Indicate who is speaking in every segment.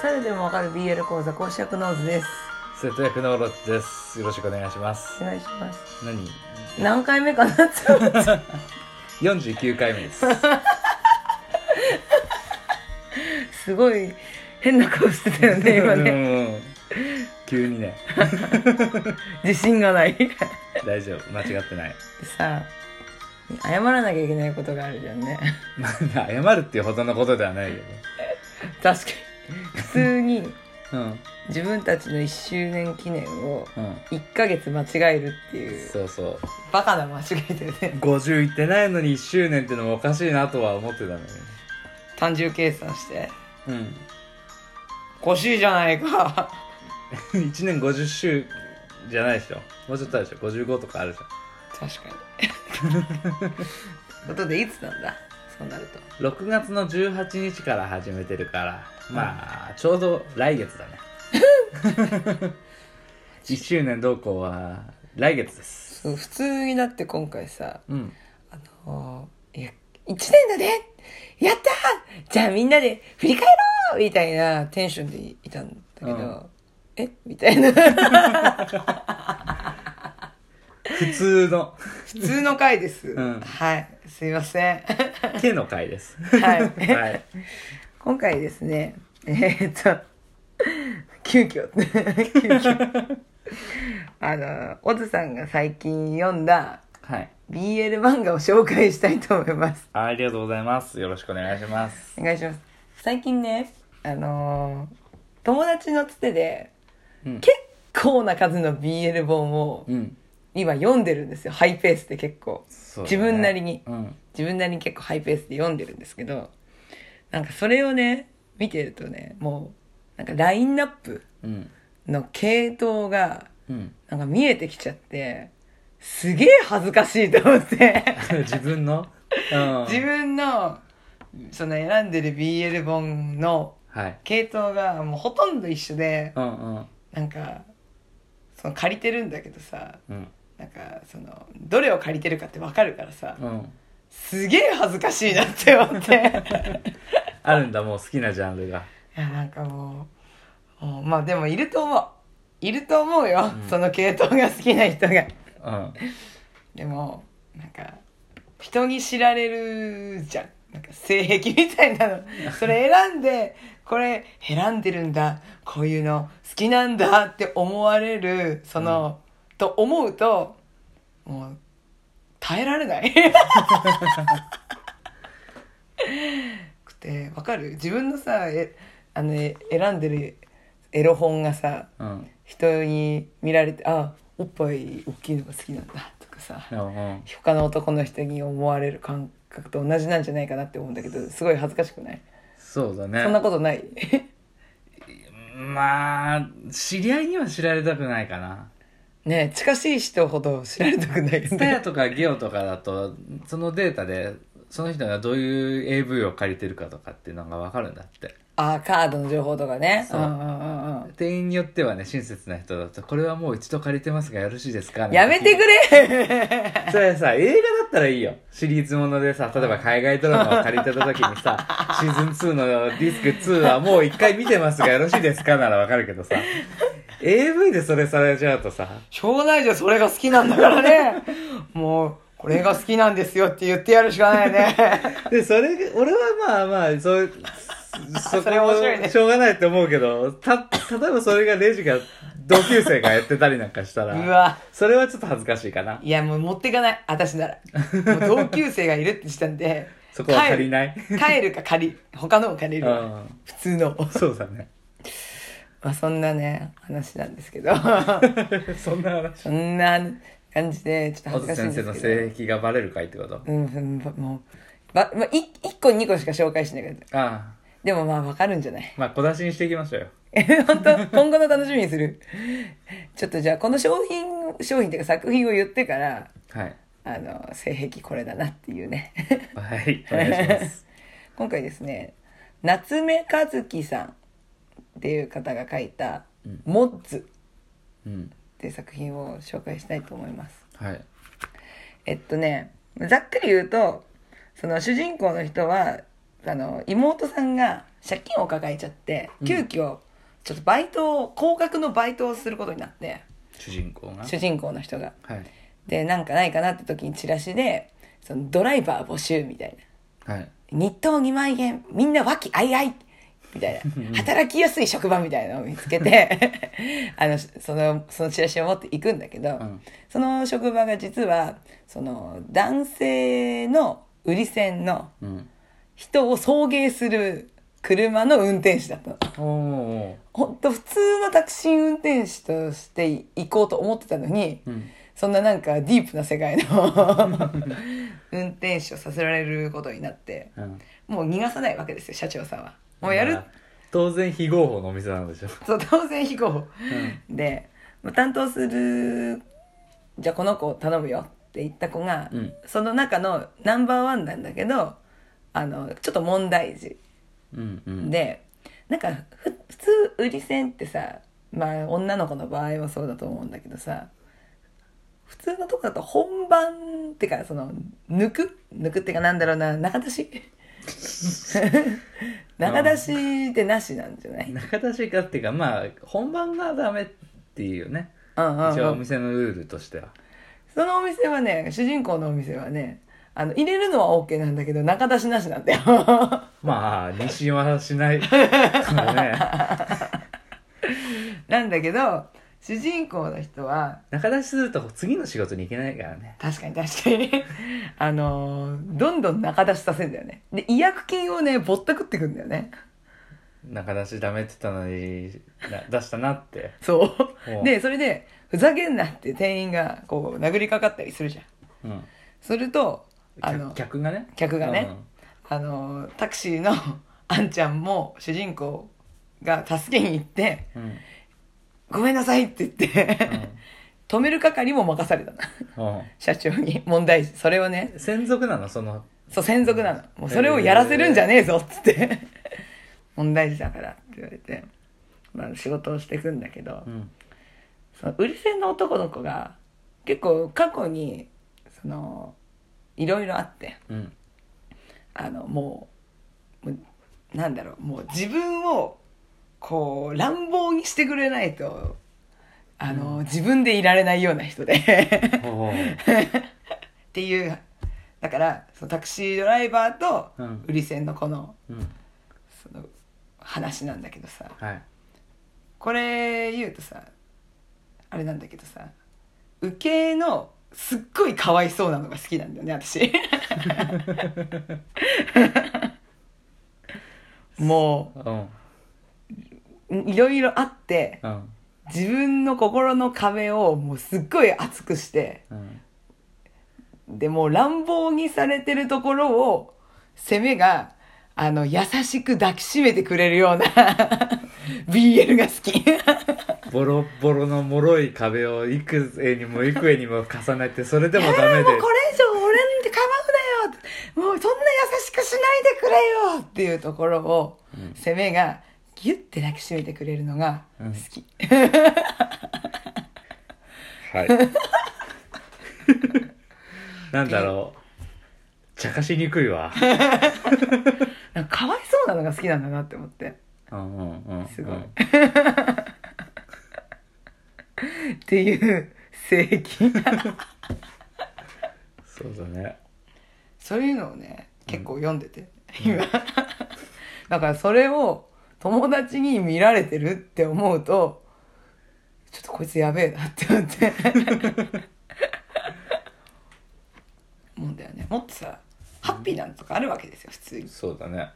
Speaker 1: 猿でもわかる BL 講座講師役ノーズです
Speaker 2: 節約のオロチです。よろしくお願いします
Speaker 1: お。願いします
Speaker 2: 何
Speaker 1: 何回目かなって思って
Speaker 2: 49回目 です。
Speaker 1: すごい変な顔してたよね今ね
Speaker 2: ね。急にね、
Speaker 1: 自信がないで
Speaker 2: 大丈夫、間違ってない。
Speaker 1: さ謝らなきゃいけないことがあるじゃんね
Speaker 2: まあ、謝るっていうほどのことではないよね。
Speaker 1: 確かに普通に
Speaker 2: うん、
Speaker 1: 自分たちの1周年記念を
Speaker 2: うん。
Speaker 1: 1ヶ月間違えるっていう
Speaker 2: そうそう。
Speaker 1: バカな間違いだよね
Speaker 2: 50いってないのに1周年ってのもおかしいなとは思ってたのよね。
Speaker 1: 単純計算して
Speaker 2: うん。
Speaker 1: 欲しいじゃないか
Speaker 2: 1年50周じゃないでしょ。もうちょっとあるでしょ。55とかあるじ
Speaker 1: 確かにということでいつなんだそうなると
Speaker 2: ゃん。6月の18日から始めてるから、まあ、ちょうど来月だね。1周年同行は来月です。
Speaker 1: そう普通になって今回さ
Speaker 2: うん。
Speaker 1: あのーいや1年だねやったーじゃあみんなで振り返ろうみたいなテンションでいたんだけど、
Speaker 2: うん
Speaker 1: えみたいな
Speaker 2: 普通の
Speaker 1: 普通の回です、
Speaker 2: うん
Speaker 1: はいすいません
Speaker 2: 手の回です。
Speaker 1: はい、
Speaker 2: はい。
Speaker 1: 今回ですねえーっと急遽 急遽あのオズさんが最近読んだ
Speaker 2: はい。
Speaker 1: BL 漫画を紹介したいと思います
Speaker 2: ありがとうございます。よろしくお願いします。
Speaker 1: お願いします最近ねあのー友達のつてで
Speaker 2: うん
Speaker 1: 結構な数の BL 本を
Speaker 2: うん。
Speaker 1: 今読んでるんですよハイペースで結構
Speaker 2: そうだね
Speaker 1: 自分なりに
Speaker 2: うん。
Speaker 1: 自分なりに結構ハイペースで読んでるんですけどなんかそれをね見てるとねもうなんかラインナップ
Speaker 2: うん。
Speaker 1: の系統が
Speaker 2: うん。
Speaker 1: なんか見えてきちゃってすげえ恥ずかしいと思 って。
Speaker 2: 自分のうん。
Speaker 1: 自分のその選んでる BL 本の
Speaker 2: はい。
Speaker 1: 系統がもうほとんど一緒で
Speaker 2: うんうん。
Speaker 1: なんかその借りてるんだけどさ
Speaker 2: うん。
Speaker 1: なんかそのどれを借りてるかって分かるからさ
Speaker 2: うん。
Speaker 1: すげえ恥ずかしいなって思って
Speaker 2: あるんだ、もう好きなジャンルが。
Speaker 1: いやなんかもうもうまあでもいると思ういると思うよ、
Speaker 2: うん
Speaker 1: その系統が好きな人が
Speaker 2: うん。
Speaker 1: でもなんか人に知られるじゃんなんか性癖みたいなのそれ選んでこれ選んでるんだこういうの好きなんだって思われるその、と思うともう耐えられないでわかる自分のさえあのえ選んでるエロ本がさ
Speaker 2: うん。
Speaker 1: 人に見られて「あおっぱい大きいのが好きなんだ」とかさ
Speaker 2: うん。
Speaker 1: 他の男の人に思われる感覚と同じなんじゃないかなって思うんだけどすごい恥ずかしくない
Speaker 2: そうだ
Speaker 1: そんな
Speaker 2: ね。
Speaker 1: ことない
Speaker 2: まあ、知り合いには知られたくない かな。
Speaker 1: ねえ近しい人ほど知られたくないよ
Speaker 2: スタヤ
Speaker 1: ね
Speaker 2: とかゲオとかだと、そのデータで、その人がどういう AV を借りてるかとかっていうのがわかるんだって。
Speaker 1: あーカードの情報とかね
Speaker 2: そうん
Speaker 1: うんうん
Speaker 2: 店員によってはね親切な人だとこれはもう一度借りてますがよろしいですか
Speaker 1: うんやめて
Speaker 2: れ
Speaker 1: くれ
Speaker 2: それさ映画だったらいいよシリーズものでさ例えば海外ドラマを借りてた時に さシーズン2のディスク2はもう一回見てますがよろしいですかならわかるけどさ AV でそれされちゃうとさ
Speaker 1: しょうがないじゃんそれが好きなんだからね もうこれが好きなんですよって言ってやるしかない ね
Speaker 2: でそれ俺はまあまあそうそ
Speaker 1: それ面白いね
Speaker 2: しょうがないと思うけどた例えばそれがレジが同級生がやってたりなんかした
Speaker 1: う
Speaker 2: ら
Speaker 1: わ
Speaker 2: それはちょっと恥ずかしいかない
Speaker 1: やもう持ってかない私ならもう同級生がいるってしたん で
Speaker 2: そこは足りないい、
Speaker 1: 帰るか借り他のを借り
Speaker 2: う
Speaker 1: るわ
Speaker 2: ん
Speaker 1: 普通のを
Speaker 2: そうだね。
Speaker 1: まあ、そんなね話なんですけ ど
Speaker 2: そんな話。
Speaker 1: そんな感じでちょっと
Speaker 2: 小
Speaker 1: 恥ずか
Speaker 2: 津
Speaker 1: しいん
Speaker 2: 先
Speaker 1: です
Speaker 2: 生の
Speaker 1: け
Speaker 2: 性癖がバレるかいってこと
Speaker 1: どうんうんばもうば、まあ、い1個2個しか紹介しないけど
Speaker 2: ああ。
Speaker 1: でもまあわかるんじゃない
Speaker 2: まあ、小出しにしていきましょうよ。
Speaker 1: 本当今後の楽しみにするちょっとじゃあこの商品商品っていうか作品を言ってから
Speaker 2: はい。
Speaker 1: あの性癖これだなっていうね
Speaker 2: はい。お願いします。
Speaker 1: 今回ですね夏目和樹さんっていう方が書いた「モッズ」
Speaker 2: うん。
Speaker 1: っていう作品を紹介したいと思います
Speaker 2: はい。
Speaker 1: えっとね、ざっくり言うと、その主人公の人は、あの妹さんが借金を抱えちゃって急遽ちょっとバイトを高額のバイトをすることになって
Speaker 2: 主人公が
Speaker 1: 主人公の人が
Speaker 2: はい
Speaker 1: でなんかないかなって時にチラシでそのドライバー募集みたい
Speaker 2: はい
Speaker 1: な日当2万円みんな和気あいあいみたいな働きやすい職場みたいなのを見つけて あのそのそのチラシを持っていくんだけど、
Speaker 2: ん
Speaker 1: その職場が実はその男性の売り線の
Speaker 2: うん
Speaker 1: 人を送迎する車の運転手だったの。
Speaker 2: おーお
Speaker 1: ほんと普通のタクシー運転手として行こうと思ってたのに、
Speaker 2: ーうん
Speaker 1: そんななんかディープな世界の 運転手をさせられることになって、
Speaker 2: うん
Speaker 1: もう逃がさないわけですよ、社長さんは。もうやる
Speaker 2: まあ当然非合法のお店なんでしょ
Speaker 1: そう、当然飛行。で、まあ担当する、じゃあこの子を頼むよって言った子が、
Speaker 2: うん
Speaker 1: その中のナンバーワンなんだけど、あの、ちょっと問題児。
Speaker 2: うんうん
Speaker 1: でなんかふ普通売り線ってさまあ女の子の場合はそうだと思うんだけどさ普通のとこだと本番ってかその抜く抜くってかなんだろうな中出 し中出しってなしなんじゃない
Speaker 2: 中出しかっていうかまあ本番がダメっていうよね
Speaker 1: うんうんうん
Speaker 2: 一応お店のルールとしては
Speaker 1: そのお店はね主人公のお店はねあの入れるのは OK なんだけど中出しなしなんだよ
Speaker 2: まあ西はし ないからね
Speaker 1: なんだけど主人公の人は
Speaker 2: 中出しすると次の仕事に行けないからね
Speaker 1: 確かに確かにあのーどんどん中出しさせるんだよねで違約金をねぼったくってくんだよね
Speaker 2: 中出しダメって言ったのにな出したなって
Speaker 1: そう
Speaker 2: おう
Speaker 1: でそれでふざけんなって店員がこう殴りかかったりするじゃん
Speaker 2: うん
Speaker 1: するとあ
Speaker 2: 客
Speaker 1: の
Speaker 2: 客がね
Speaker 1: 客がね
Speaker 2: うん
Speaker 1: あのータクシーの あんちゃんも主人公が助けに行って
Speaker 2: うんうん
Speaker 1: 「ごめんなさい」って言って、止める係も任されたの
Speaker 2: う
Speaker 1: 社長に問題児それをね
Speaker 2: ん専属なのその
Speaker 1: そう、専属なの。もうそれをやらせるんじゃねえぞっつって。 問題児だからって言われて、まあ仕事をしていくんだけど
Speaker 2: う、ん
Speaker 1: その売り線の男の子が、結構過去に、その、いろいろあって、
Speaker 2: うん
Speaker 1: あの、もう、もうなんだろう、もう自分を、こう、乱暴にしてくれないと、あの、自分でいられないような人で。
Speaker 2: おー
Speaker 1: っていうだからそのタクシードライバーと
Speaker 2: うん
Speaker 1: 売り線のこの,、
Speaker 2: うん
Speaker 1: その話なんだけどさ
Speaker 2: はい
Speaker 1: これ言うとさあれなんだけどさ受けのすっごいかわいそうなのが好きなんだよね私も
Speaker 2: うん
Speaker 1: ういろいろあって
Speaker 2: うん
Speaker 1: 自分の心の壁をもうすっごい厚くして
Speaker 2: うん
Speaker 1: でもう乱暴にされてるところを、攻めが、あの、優しく抱きしめてくれるような、BL が好き。
Speaker 2: ボロボロの脆い壁を幾重にも幾重にも重ねてそれでも
Speaker 1: え
Speaker 2: ダメ
Speaker 1: ーもう
Speaker 2: で
Speaker 1: これ以上俺にて構うなよもうそんな優しくしないでくれよっていうところを、攻めが、ギュッて抱きしめてくれるのが好き。
Speaker 2: はい なんだろう茶化しにくいわ
Speaker 1: なんかかわいそうなのが好きなんだなって思って。
Speaker 2: うんうんうんうん
Speaker 1: すごいっていう、性癖。
Speaker 2: そうだね
Speaker 1: そういうのをね、結構読んでて、今。だからそれを友達に見られてるって思うと、ちょっとこいつやべえなって思って。もんだよね。もっとさ、ハッピーなんとかあるわけですよ、普通に。
Speaker 2: そうだね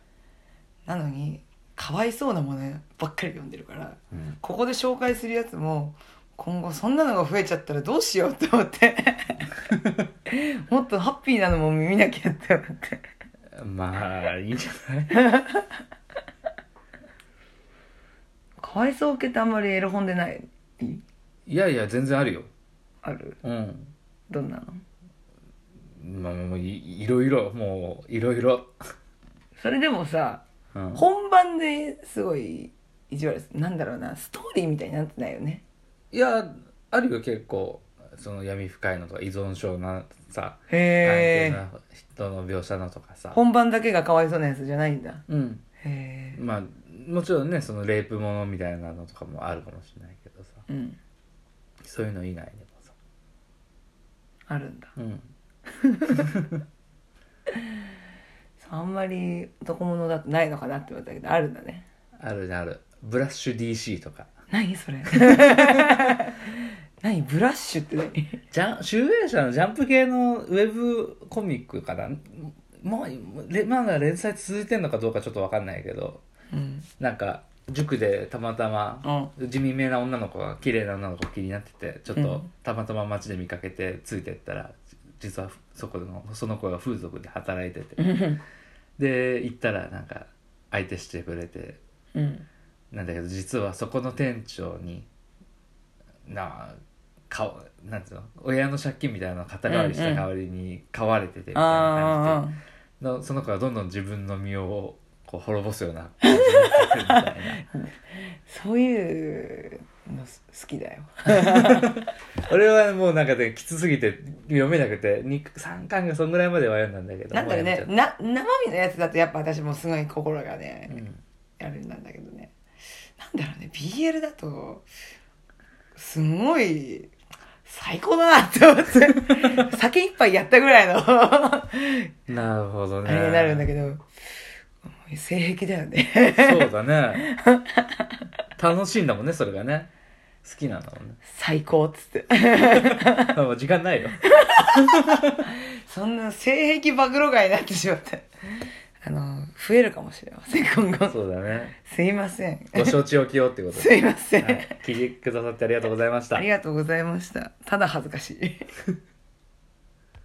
Speaker 1: なのに、かわいそうなものばっかり読んでるから、
Speaker 2: うん
Speaker 1: ここで紹介するやつも、今後そんなのが増えちゃったらどうしようって思 って。もっとハッピーなのも見なきゃって思って。
Speaker 2: まあいいんじゃない
Speaker 1: かわいそう系ってあんまりエロ本でない
Speaker 2: いやいや全然あるよ
Speaker 1: ある
Speaker 2: うん
Speaker 1: どんなの
Speaker 2: まあもういいろいろもういろいろ、
Speaker 1: それでもさ
Speaker 2: うん、
Speaker 1: 本番ですごい意地悪ですなんだろうなストーリーみたいになってないよね
Speaker 2: いやあるよ結構その闇深いのとか依存症のさ
Speaker 1: へ
Speaker 2: 関係
Speaker 1: え
Speaker 2: な人の描写のとかさ、
Speaker 1: 本番だけがかわいそうなやつじゃないんだ
Speaker 2: うん、
Speaker 1: へえ
Speaker 2: まあもちろんねそのレイプものみたいなのとかもあるかもしれないけどさ
Speaker 1: うん
Speaker 2: そういうの以外でもさ、
Speaker 1: あるんだ
Speaker 2: うん、
Speaker 1: あんまり男物だとないのかなって思ったけどあるんだね
Speaker 2: あるねあるブラッシュ DC とか
Speaker 1: 何それ 何ブラッシュって何
Speaker 2: ジャン集英社のジャンプ系のウェブコミックかなもうれまだ連載続いてんのかどうかちょっと分かんないけど
Speaker 1: うん
Speaker 2: なんか塾でたまたま
Speaker 1: うん
Speaker 2: 地味めな女の子が綺麗な女の子気になっててちょっ
Speaker 1: う
Speaker 2: と
Speaker 1: ん
Speaker 2: たまたま街で見かけてついてったら実はそこのその子が風俗で働いててで行ったらなんか相手してくれて
Speaker 1: うん
Speaker 2: なんだけど実はそこの店長になあ顔なんつうの親の借金みたいなのを肩代わりした代わりに買われててみたいな感
Speaker 1: あ
Speaker 2: じでのその子がどんどん自分の身をこう滅ぼすよ うな感じになってくるみたいな
Speaker 1: あそういうの好きだよ
Speaker 2: 俺はもうなんかねきつすぎて読めなくて3巻がそんぐらいまでは読んだんだけど
Speaker 1: なんかね
Speaker 2: もうやめち
Speaker 1: な生身のやつだとやっぱ私もすごい心が
Speaker 2: ゃった
Speaker 1: ね、
Speaker 2: うん
Speaker 1: あれなんだけどねなんだろうね BL だとすごい最高だなって思 って酒一杯やったぐらいのあ
Speaker 2: なるほどね
Speaker 1: れになるんだけど性癖だよね
Speaker 2: そうだね楽しいんだもんねそれがね好きなんだもんね
Speaker 1: 最高っつって
Speaker 2: あもう時間な いよ
Speaker 1: そんな性癖暴露外になってしまったあの増えるかもしれません今後
Speaker 2: そうだね
Speaker 1: すいません
Speaker 2: ご承知おきようってこと
Speaker 1: すいません、
Speaker 2: はい、聞いてくださってありがとうございました
Speaker 1: あり。がとうございましたただ恥ずかしい